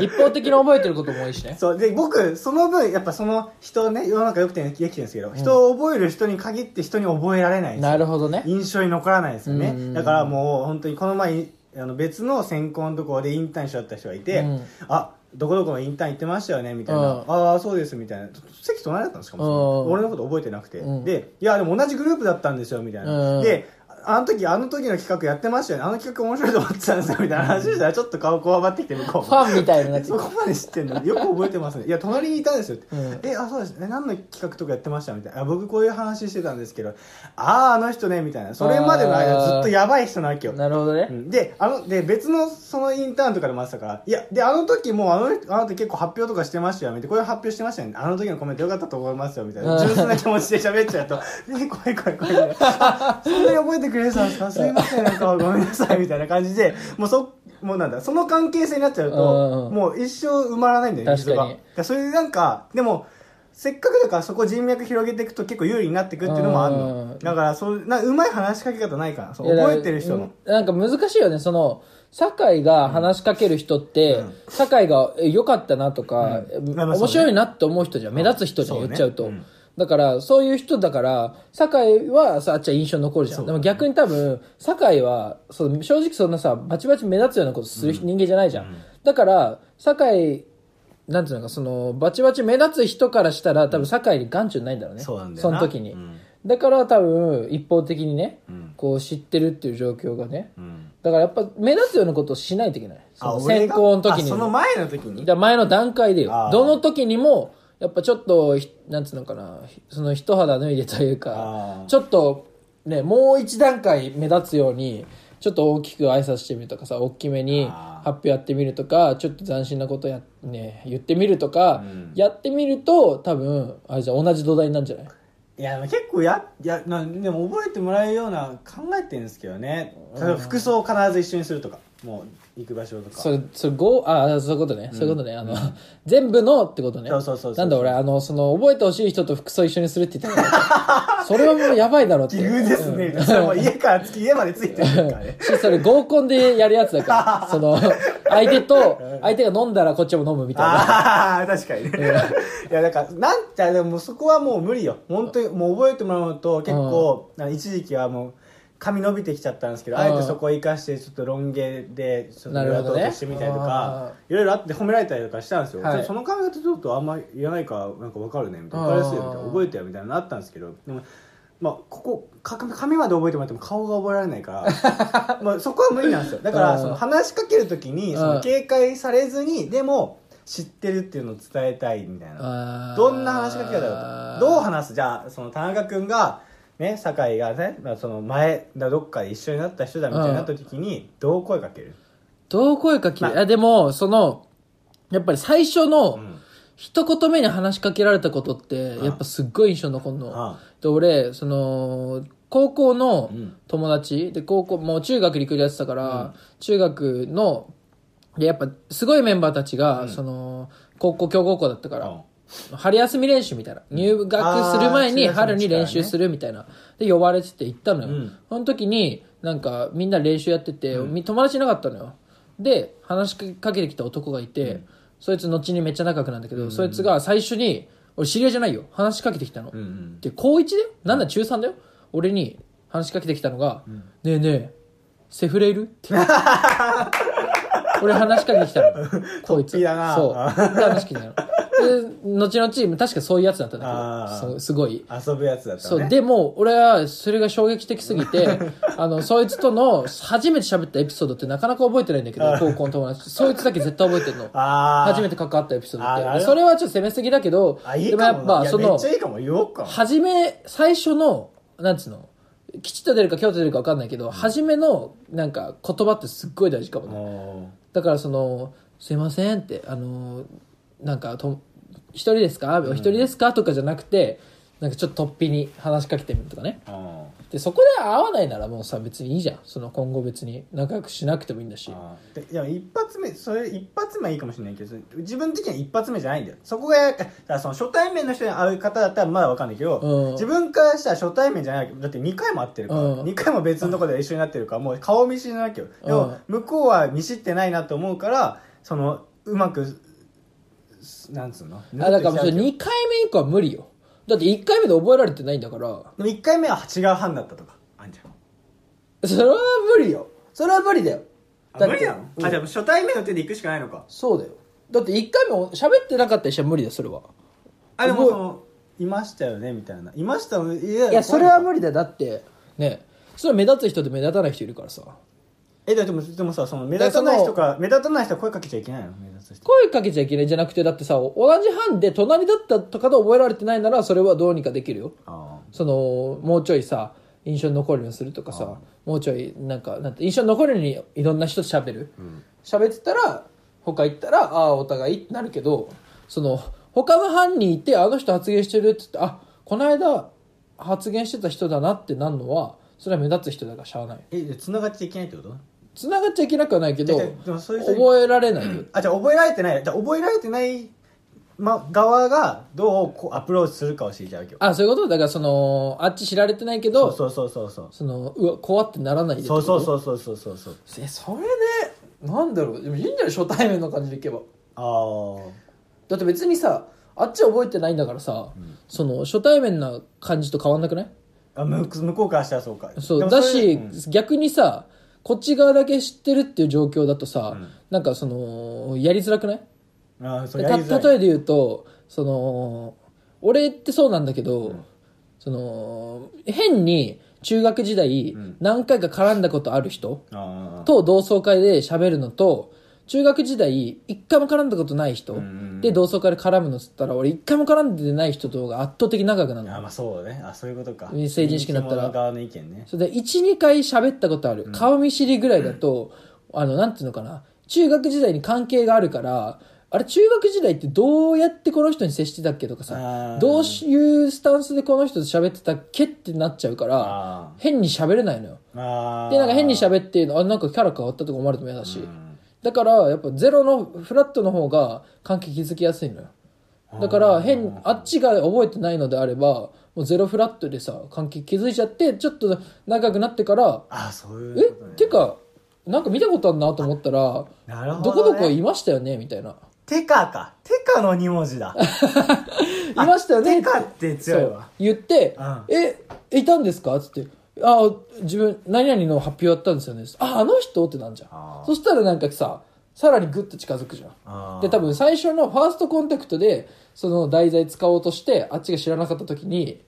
[SPEAKER 2] 一方的に覚えてることも多いしね。
[SPEAKER 1] そうで僕その分やっぱその人ね世の中よくてできてるんですけど、人を覚える人に限って人に覚えられないんですよ
[SPEAKER 2] なるほどね。
[SPEAKER 1] 印象に残らないですよね、
[SPEAKER 2] うん
[SPEAKER 1] だからもう本当にこの前あの別の専攻のところでインターンしちゃった人がいて、
[SPEAKER 2] うん
[SPEAKER 1] あどこどこのインターン行ってましたよねみたいな、
[SPEAKER 2] うん
[SPEAKER 1] ああそうですみたいな席隣だったんですかもそれ
[SPEAKER 2] うん
[SPEAKER 1] 俺のこと覚えてなくて、
[SPEAKER 2] うん
[SPEAKER 1] でいやでも同じグループだったんですよみたいな、
[SPEAKER 2] うん
[SPEAKER 1] であの時あの時の企画やってましたよねあの企画面白いと思ってたんですよみたいな話したらちょっと顔こわばってきて向こうも
[SPEAKER 2] ファンみたいになって
[SPEAKER 1] そこまで知ってんのよく覚えてますねいや隣にいたんですよって、
[SPEAKER 2] うん
[SPEAKER 1] えあそうですね何の企画とかやってましたみたいなあ僕こういう話してたんですけどあああの人ねみたいなそれまでの間ずっとやばい人なわけよ
[SPEAKER 2] なるほどね、
[SPEAKER 1] うんであので別のそのインターンとかでもあってたからいやであの時もうあの人あの時結構発表とかしてましたよみたいなこういう発表してましたよねあの時のコメントよかったと思いますよみたいな
[SPEAKER 2] うん
[SPEAKER 1] 純粋な気持ちで喋っちゃうと 「ね怖い怖い怖い怖い」あそんなに覚えてくれてたんですかすいませんなんかごめんなさい」みたいな感じでもうそもうなんだその関係性になっちゃう
[SPEAKER 2] うん
[SPEAKER 1] と、
[SPEAKER 2] うん
[SPEAKER 1] もう一生埋まらないんだよね
[SPEAKER 2] 確かに
[SPEAKER 1] がだらそういうなんかでもせっかくだからそこ人脈広げていくと結構有利になっていくっていうのもある
[SPEAKER 2] うん
[SPEAKER 1] のだからそうなうまい話しかけ方ないからそう
[SPEAKER 2] いや
[SPEAKER 1] 覚えてる人の。
[SPEAKER 2] なんか難しいよねその酒井が話しかける人って、酒井がえ良かったなとか、
[SPEAKER 1] うんまあまあ
[SPEAKER 2] 面白いなって思う人じゃん、目立つ人じゃん、
[SPEAKER 1] そうね
[SPEAKER 2] 言っちゃうと、
[SPEAKER 1] うん
[SPEAKER 2] だからそういう人だから酒井はさあっちゃ印象残るじゃんでも逆に多分酒井はそう正直そんなさバチバチ目立つようなことする人人間じゃないじゃん、だから酒井なんていうのかそのバチバチ目立つ人からしたら多分酒井に眼中ないんだろうね
[SPEAKER 1] そうなんだよ
[SPEAKER 2] そ
[SPEAKER 1] な
[SPEAKER 2] の時に、
[SPEAKER 1] うん
[SPEAKER 2] だから多分一方的にね、
[SPEAKER 1] ん
[SPEAKER 2] こう知ってるっていう状況がね、
[SPEAKER 1] うん
[SPEAKER 2] だからやっぱ目立つようなことをしないといけないそ
[SPEAKER 1] あ
[SPEAKER 2] の
[SPEAKER 1] 俺
[SPEAKER 2] 選
[SPEAKER 1] が
[SPEAKER 2] 考の時
[SPEAKER 1] あ
[SPEAKER 2] に
[SPEAKER 1] その前の時に
[SPEAKER 2] だから前の段階でよ
[SPEAKER 1] あー
[SPEAKER 2] どの時にもやっぱちょっとひなんつうのかなひその一肌脱いでという
[SPEAKER 1] あ
[SPEAKER 2] か
[SPEAKER 1] ー
[SPEAKER 2] ちょっとねもう一段階目立つようにちょっと大きく挨拶してみるとかさ大きめに
[SPEAKER 1] あー
[SPEAKER 2] 発表やってみるとかちょっと斬新なことや、ね、言ってみると
[SPEAKER 1] う
[SPEAKER 2] か、
[SPEAKER 1] ん
[SPEAKER 2] やってみると多分あれじゃん同じ土台なんじゃない
[SPEAKER 1] いや結構ややなでも覚えてもらえるような考えてるんですけどね例えば服装を必ず一緒にするとかもう行く場所とか
[SPEAKER 2] それ、それ、ご、ああ、そういうことね。そういうことね。あの、 全部のってことね。
[SPEAKER 1] そうそうそうそう
[SPEAKER 2] なんだ俺、あの、その、覚えてほしい人と服装一緒にするって言っ たから、それはもうやばいだろって。
[SPEAKER 1] 奇遇ですね、それもう家からつき家までついてるからね
[SPEAKER 2] し それ合コンでやるやつ だから、その、相手と、相手が飲んだらこっちも飲むみたいな。
[SPEAKER 1] ああ確かにねいやだからなんてでもそこはもう無理よ本当にもう覚えてもらうと結構あの一時期はもう髪伸びてきちゃったんですけど
[SPEAKER 2] うん
[SPEAKER 1] あえてそこを生かしてちょっとロン毛でちょっと
[SPEAKER 2] なるほどね
[SPEAKER 1] 裏通してみたりと
[SPEAKER 2] あ
[SPEAKER 1] かいろいろあって褒められたりとかしたんですよ、
[SPEAKER 2] はい
[SPEAKER 1] その髪型ちょっとあんまいらないからなんか分かるねみたいな
[SPEAKER 2] あー
[SPEAKER 1] 分かりやすいよみたいな覚えてよみたいなのあったんですけどでもまあ、ここか髪まで覚えてもらっても顔が覚えられないから まあそこは無理なんですよだか
[SPEAKER 2] う
[SPEAKER 1] ら
[SPEAKER 2] ん
[SPEAKER 1] その話しかけるときにそ
[SPEAKER 2] うん
[SPEAKER 1] の警戒されずにでも知ってるっていうのを伝えたいみたいな
[SPEAKER 2] あー
[SPEAKER 1] どんな話しかけ方だとどう話すじゃあその田中君がね酒井がね、まあ、その前だどっかで一緒になった人だみたいになった時にどう声かける、
[SPEAKER 2] どう声かける、
[SPEAKER 1] まあ
[SPEAKER 2] いや、でも、その、やっぱり最初の、
[SPEAKER 1] うん
[SPEAKER 2] 一言目に話しかけられたことって、
[SPEAKER 1] うん
[SPEAKER 2] やっぱすっごい印象残る
[SPEAKER 1] うん
[SPEAKER 2] の。で、俺、その、高校の
[SPEAKER 1] うん
[SPEAKER 2] 友達、で、高校、もう中学陸上やってたから、中学の、で、やっぱ、すごいメンバーたちが、その、高校、強豪校だったから、春休み練習みたいな入学する前に
[SPEAKER 1] あー
[SPEAKER 2] 春に練習するみたいなで呼ばれてて行ったのよ、
[SPEAKER 1] うん
[SPEAKER 2] その時になんかみんな練習やってて、み友達いなかったのよで話しかけてきた男がいて、そいつ後にめっちゃ仲良くなんだけど、そいつが最初に俺知り合いじゃないよ話しかけてきたの、
[SPEAKER 1] うんうん
[SPEAKER 2] で高1だよなんだ中3だよ俺に話しかけてきたのが「ねえねえセフレいる?」って 俺話しかけてきたのこいつ
[SPEAKER 1] 突飛だな
[SPEAKER 2] そうで話しかけてきたので後々確かそういうやつだったんだ
[SPEAKER 1] あー
[SPEAKER 2] けどそうすごい
[SPEAKER 1] 遊ぶやつだった
[SPEAKER 2] そ
[SPEAKER 1] の
[SPEAKER 2] う
[SPEAKER 1] ね
[SPEAKER 2] でも俺はそれが衝撃的す ぎてあのそいつとの初めて喋ったエピソードってなかなか覚えてないんだけど高校の友達そいつだけ絶対覚えてるの
[SPEAKER 1] ああ
[SPEAKER 2] 初めて関わったエピソー
[SPEAKER 1] あー
[SPEAKER 2] ド
[SPEAKER 1] な
[SPEAKER 2] っ
[SPEAKER 1] る
[SPEAKER 2] て
[SPEAKER 1] ほど
[SPEAKER 2] それはちょっと攻めすぎだけど
[SPEAKER 1] あいい
[SPEAKER 2] でも
[SPEAKER 1] か
[SPEAKER 2] や
[SPEAKER 1] も
[SPEAKER 2] っ
[SPEAKER 1] な
[SPEAKER 2] ぱ
[SPEAKER 1] いや
[SPEAKER 2] その
[SPEAKER 1] めっちゃいいかも言おうか
[SPEAKER 2] 初め最初のなんつうの吉と出るか京と出るか分かんないけど初めのなんか言葉ってすっごい大事かもね
[SPEAKER 1] も
[SPEAKER 2] だからその「すいません」ってあのなんかと「一人ですかお一人ですか?」とかじゃなくてなんかちょっと突飛に話しかけてみるとかね
[SPEAKER 1] ううん
[SPEAKER 2] でそこで会わないならもうさ別にいいじゃんその今後別に仲良くしなくてもいいんだし
[SPEAKER 1] あーでいや一発目それ一発目はいいかもしれないけどそれ自分的には一発目じゃないんだよそこがだからその初対面の人に会う方だったらまだわかんないけど、
[SPEAKER 2] うん
[SPEAKER 1] 自分からしたら初対面じゃないだって2回も会ってるから、
[SPEAKER 2] うん
[SPEAKER 1] 2回も別のとこで一緒になってるからもう顔見知りなわけよでも向こうは見知ってないなと思うからそのうまくなんつうの
[SPEAKER 2] あだからそれ
[SPEAKER 1] でも
[SPEAKER 2] 2回目以降は無理よだって1回目で覚えられてないんだから
[SPEAKER 1] 1回目は違う班だったとかあんじゃん
[SPEAKER 2] それは無理よそれは無理だよ
[SPEAKER 1] あ
[SPEAKER 2] だって
[SPEAKER 1] 無理なの
[SPEAKER 2] うん
[SPEAKER 1] あ、じゃあ初対面の手で行くしかないのか。
[SPEAKER 2] そうだよだって一回も喋ってなかったりしたら無理だよそれは
[SPEAKER 1] あ、でも
[SPEAKER 2] すごい
[SPEAKER 1] その、いましたよねみたいな。いましたよねいや
[SPEAKER 2] いやそれは無
[SPEAKER 1] 理。
[SPEAKER 2] 理だよだってねそれは目立つ人と目立たない人いるからさ
[SPEAKER 1] え、でも、でもさ、その、目立たない人か、目立たない人は声かけちゃいけないの目立つ人。
[SPEAKER 2] 声かけちゃいけないじゃなくてだってさ同じ班で隣だったとかで覚えられてないならそれはどうにかできるよ
[SPEAKER 1] あ
[SPEAKER 2] そのもうちょいさ印象に残るようにするとかさもうちょいなんかなんて印象に残るようにいろんな人と喋る喋、ってたら他行ったらああお互いってなるけどその他の班にいてあの人発言してるって言ってあこの間発言してた人だなってなるのはそれは目立つ人だからしゃあない
[SPEAKER 1] ーえ、じゃあ繋がっちゃいけないってこと
[SPEAKER 2] 繋がっちゃいけなくはないけど
[SPEAKER 1] だってでもそういう人
[SPEAKER 2] 覚えられないよ
[SPEAKER 1] あ、じゃあ覚えられてない。じゃあ覚えられてない、ま、側がどうこうアプローチするかを知りたいわけよ。
[SPEAKER 2] あそういうことだからそのあっち知られてないけど
[SPEAKER 1] そうそうそうそう。
[SPEAKER 2] そのうわ怖ってならないでって
[SPEAKER 1] そ
[SPEAKER 2] こ
[SPEAKER 1] う
[SPEAKER 2] と
[SPEAKER 1] そうそうそうそうそうそう。
[SPEAKER 2] えそれでなんだろうでもいいんじゃない初対面の感じでいけば
[SPEAKER 1] ああ。
[SPEAKER 2] だって別にさあっち覚えてないんだからさ、その初対面な感じと変わんなくない
[SPEAKER 1] あ向向こうからしたらそうか
[SPEAKER 2] そ
[SPEAKER 1] で
[SPEAKER 2] う
[SPEAKER 1] も
[SPEAKER 2] だ
[SPEAKER 1] れ
[SPEAKER 2] し、
[SPEAKER 1] うん
[SPEAKER 2] 逆にさこっち側だけ知ってるっていう状況だとさ、
[SPEAKER 1] うん
[SPEAKER 2] なんかそのやりづらくない
[SPEAKER 1] あーそうやりづ
[SPEAKER 2] た
[SPEAKER 1] らい
[SPEAKER 2] 例えで言うとその俺ってそうなんだけど、
[SPEAKER 1] ん
[SPEAKER 2] その変に中学時代
[SPEAKER 1] ん
[SPEAKER 2] 何回か絡んだことある人
[SPEAKER 1] あー
[SPEAKER 2] と同窓会で喋るのと中学時代一回も絡んだことない人
[SPEAKER 1] うんうん
[SPEAKER 2] で同窓会で絡むのっつったら俺一回も絡んでない人とが圧倒的に長くなる
[SPEAKER 1] あーまあそうねあそういうことか
[SPEAKER 2] 成人式になったら
[SPEAKER 1] 人気者側の意見ね
[SPEAKER 2] それで12回喋ったことある顔見知りぐらいだと、あのなんていうのかな中学時代に関係があるからあれ中学時代ってどうやってこの人に接してたっけとか
[SPEAKER 1] あ
[SPEAKER 2] さ
[SPEAKER 1] ー
[SPEAKER 2] どういうスタンスでこの人と喋ってたっけってなっちゃうから
[SPEAKER 1] あ
[SPEAKER 2] 変に喋れないのよ
[SPEAKER 1] ーあー
[SPEAKER 2] でなんか変に喋ってあなんかキャラ変わったとか思われても嫌だし、
[SPEAKER 1] うん
[SPEAKER 2] だからやっぱゼロのフラットの方が関係築きやすいのよだから変あっちが覚えてないのであればもうゼロフラットでさ関係築いちゃってちょっと長くなってから
[SPEAKER 1] あーそう
[SPEAKER 2] え
[SPEAKER 1] いうことね
[SPEAKER 2] ってかなんか見たことあるなと思ったら
[SPEAKER 1] なるほ
[SPEAKER 2] どこど
[SPEAKER 1] ど
[SPEAKER 2] こ
[SPEAKER 1] ね
[SPEAKER 2] いましたよねみたいな
[SPEAKER 1] てかかてかの2文字だ
[SPEAKER 2] いましたよ
[SPEAKER 1] て
[SPEAKER 2] ね
[SPEAKER 1] かって強いわ
[SPEAKER 2] そう言って
[SPEAKER 1] うん
[SPEAKER 2] えいたんですか?」っつって「あ自分何々の発表やったんですよね」ああの人」ってなんじゃ
[SPEAKER 1] あ
[SPEAKER 2] ん
[SPEAKER 1] ー
[SPEAKER 2] そしたらなんかささらにグッと近づくじゃん
[SPEAKER 1] あー
[SPEAKER 2] で多分最初のファーストコンタクトでその題材使おうとしてあっちが知らなかった時に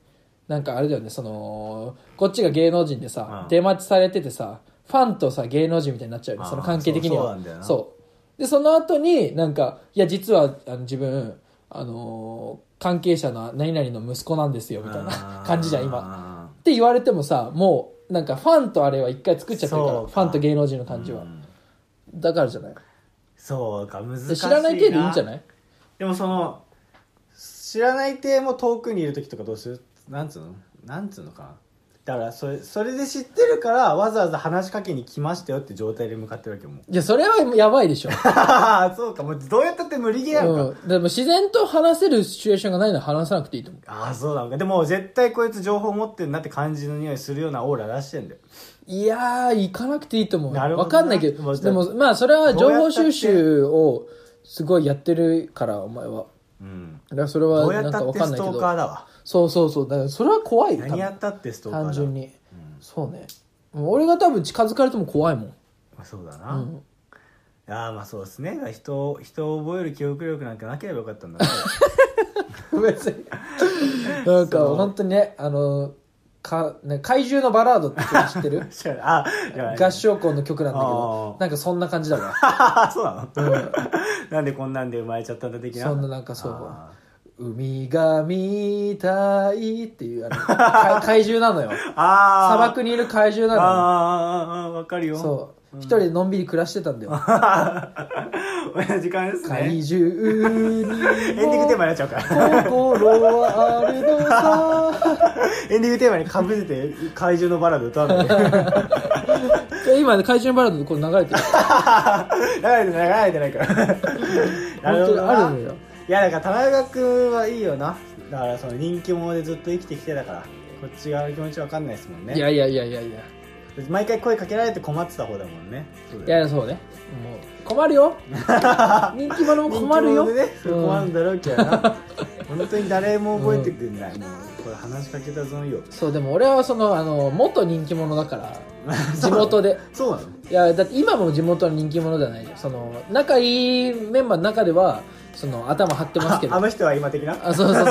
[SPEAKER 2] なんかあれだよねそのこっちが芸能人でさ、
[SPEAKER 1] うん
[SPEAKER 2] 出待ちされててさファンとさ芸能人みたいになっちゃうよ
[SPEAKER 1] あ
[SPEAKER 2] ね
[SPEAKER 1] ー
[SPEAKER 2] その関係的に
[SPEAKER 1] そうそう
[SPEAKER 2] は
[SPEAKER 1] なんだよな
[SPEAKER 2] そうでその後になんかいや実はあの自分あのー関係者の何々の息子なんですよみたいな
[SPEAKER 1] あー
[SPEAKER 2] 感じじゃん今って言われてもさもうなんかファンとあれは一回作っちゃってるから
[SPEAKER 1] そう
[SPEAKER 2] フ
[SPEAKER 1] か
[SPEAKER 2] ァンと芸能人の感じ
[SPEAKER 1] う
[SPEAKER 2] は、
[SPEAKER 1] ん
[SPEAKER 2] だからじゃない
[SPEAKER 1] そうか難しい
[SPEAKER 2] で知らない程度いいんじゃないい
[SPEAKER 1] でもその知らない体も遠くにいる時とかどうするなんつうのなんつうのかなだからそれそれで知ってるからわざわざ話しかけに来ましたよって状態で向かってるわけよもう
[SPEAKER 2] いやそれはやばいでしょ
[SPEAKER 1] そうかもうどうやったって無理ゲーやんか、
[SPEAKER 2] うん、でも自然と話せるシチュエーションがないなら話さなくていいと思う
[SPEAKER 1] ああそうなのかでも絶対こいつ情報持ってるなって感じの匂いするようなオーラ出してんだよ
[SPEAKER 2] いやー行かなくていいと思う
[SPEAKER 1] なるほどな
[SPEAKER 2] わかんないけ
[SPEAKER 1] ま
[SPEAKER 2] ど
[SPEAKER 1] あ
[SPEAKER 2] でもまあそれは情報収集をすごいやってるからお前は
[SPEAKER 1] うん
[SPEAKER 2] だからそれ
[SPEAKER 1] ど
[SPEAKER 2] は
[SPEAKER 1] うや
[SPEAKER 2] な
[SPEAKER 1] っ
[SPEAKER 2] んか
[SPEAKER 1] たっ
[SPEAKER 2] わ
[SPEAKER 1] て
[SPEAKER 2] かん
[SPEAKER 1] ス
[SPEAKER 2] ないけ
[SPEAKER 1] トー
[SPEAKER 2] ど
[SPEAKER 1] カーだわ
[SPEAKER 2] そうそうそうだからそれは怖いよ多
[SPEAKER 1] 何やっ
[SPEAKER 2] 分
[SPEAKER 1] たってストーカーだ
[SPEAKER 2] 単
[SPEAKER 1] わ
[SPEAKER 2] 純に、そうねもう俺が多分近づかれても怖いもん
[SPEAKER 1] まあ、そうだな、ああまあそうですね人を人を覚える記憶力なんてなければよかったんだ ね
[SPEAKER 2] 別に なんか
[SPEAKER 1] その
[SPEAKER 2] 本当にねあのかね怪獣のバラードって曲知ってる
[SPEAKER 1] 知らないあーやばい
[SPEAKER 2] 合唱校の曲なんだけ
[SPEAKER 1] あ
[SPEAKER 2] ど
[SPEAKER 1] ー
[SPEAKER 2] なんかそんな感じだわ
[SPEAKER 1] あ そうなの、なんでこんなんで生まれちゃったんだ的な
[SPEAKER 2] そんななんかそう
[SPEAKER 1] あ
[SPEAKER 2] 「海が見たい」っていうあ の怪怪獣なのよ
[SPEAKER 1] ーあ
[SPEAKER 2] 砂
[SPEAKER 1] ー
[SPEAKER 2] 漠にいる怪獣
[SPEAKER 1] あー
[SPEAKER 2] な
[SPEAKER 1] あーあーわかるよ
[SPEAKER 2] のよそう一人でのんびり暮らしてたんだよ
[SPEAKER 1] 同じ時間ですね
[SPEAKER 2] 怪獣にも
[SPEAKER 1] エンディングテーマになっちゃうから
[SPEAKER 2] 心はあるの さ
[SPEAKER 1] エンディングテーマにかぶせて怪獣のバラード歌うんだ よ
[SPEAKER 2] え今ね怪獣バラードこれ流れてる
[SPEAKER 1] 流れてない流れてない から
[SPEAKER 2] 本当にあるの
[SPEAKER 1] な
[SPEAKER 2] よ
[SPEAKER 1] いやだから田中君はいいよなだからその人気者でずっと生きてきてだからこっち側の気持ちわかんないですもんね
[SPEAKER 2] いやいやいやいやいや
[SPEAKER 1] 毎回声かけられて困ってた方だもんねそうだよ
[SPEAKER 2] いやそうねもう困るよ人気者も困るよ
[SPEAKER 1] 人気者でね、それ困るんだろうけどな、本当に誰も覚えてくんない、もうこれ話しかけたぞんよ
[SPEAKER 2] そうでも俺はそのあの元人気者だから地元で
[SPEAKER 1] そうなの
[SPEAKER 2] いやだって今も地元の人気者じゃないよその仲いいメンバーの中ではその頭張ってますけど
[SPEAKER 1] ああの人は今的な
[SPEAKER 2] あそうそうそう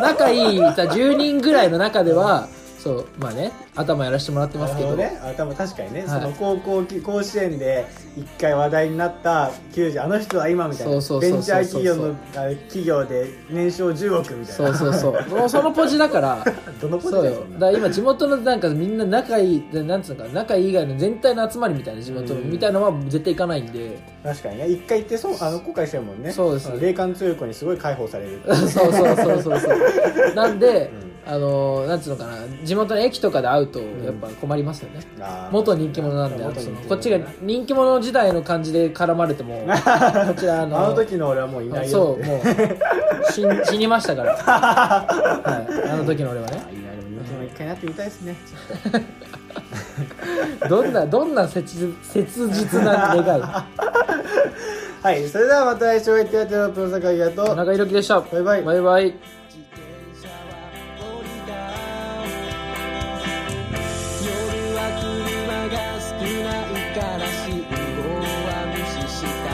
[SPEAKER 2] 仲いいさ10人ぐらいの中ではそうまあね頭やらせてもらってますけ
[SPEAKER 1] あ
[SPEAKER 2] ど、
[SPEAKER 1] のね、あ多分確かにね、
[SPEAKER 2] はい
[SPEAKER 1] その高校き甲子園で一回話題になった球児あの人は今みたいな
[SPEAKER 2] そうそうそうそうそ
[SPEAKER 1] ベ
[SPEAKER 2] う
[SPEAKER 1] ンチャー企業のあ企業で年商10億みたい
[SPEAKER 2] そ
[SPEAKER 1] な
[SPEAKER 2] うそうそうもうそのポジだから
[SPEAKER 1] どのポジ
[SPEAKER 2] そう
[SPEAKER 1] だ
[SPEAKER 2] よ
[SPEAKER 1] よ
[SPEAKER 2] だから今地元のなんかみんな仲いいでなんつうのかな仲いい以外の全体の集まりみたいな地元の
[SPEAKER 1] うん
[SPEAKER 2] みたいのは絶対行かないんで
[SPEAKER 1] 確かにね一回行ってそうあの後悔してるもんね
[SPEAKER 2] そうです
[SPEAKER 1] あの霊感強い子にすごい解放される
[SPEAKER 2] そうそうそうそうそうなんで、
[SPEAKER 1] う
[SPEAKER 2] あのなんつうのかな地元の駅とかで会うとやっぱ困りますよね、
[SPEAKER 1] あー
[SPEAKER 2] 元人気者なんであの
[SPEAKER 1] 元
[SPEAKER 2] そ
[SPEAKER 1] 人気
[SPEAKER 2] の
[SPEAKER 1] 者
[SPEAKER 2] こっちが人気者時代の感じで絡まれ てもこちらあ
[SPEAKER 1] あ
[SPEAKER 2] の
[SPEAKER 1] の時の俺はもういないよっ
[SPEAKER 2] そう
[SPEAKER 1] て
[SPEAKER 2] もう死ん死にましたから、はい、あの時の俺はね
[SPEAKER 1] あいい なでも今の一回なってみたいですね
[SPEAKER 2] どんなどんな切実切実な願い
[SPEAKER 1] はいそれではまた来週お会いいたいと思います坂井と
[SPEAKER 2] 田中裕樹でした
[SPEAKER 1] バイバイ
[SPEAKER 2] バイバイ
[SPEAKER 4] 自転車は降りた夜は車が少ないから信号は無視した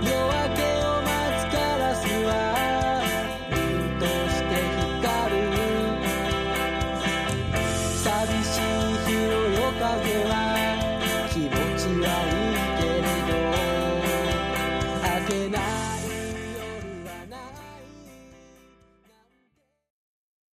[SPEAKER 4] 夜明けを待つカラスは凛として光る寂しい日の夜風は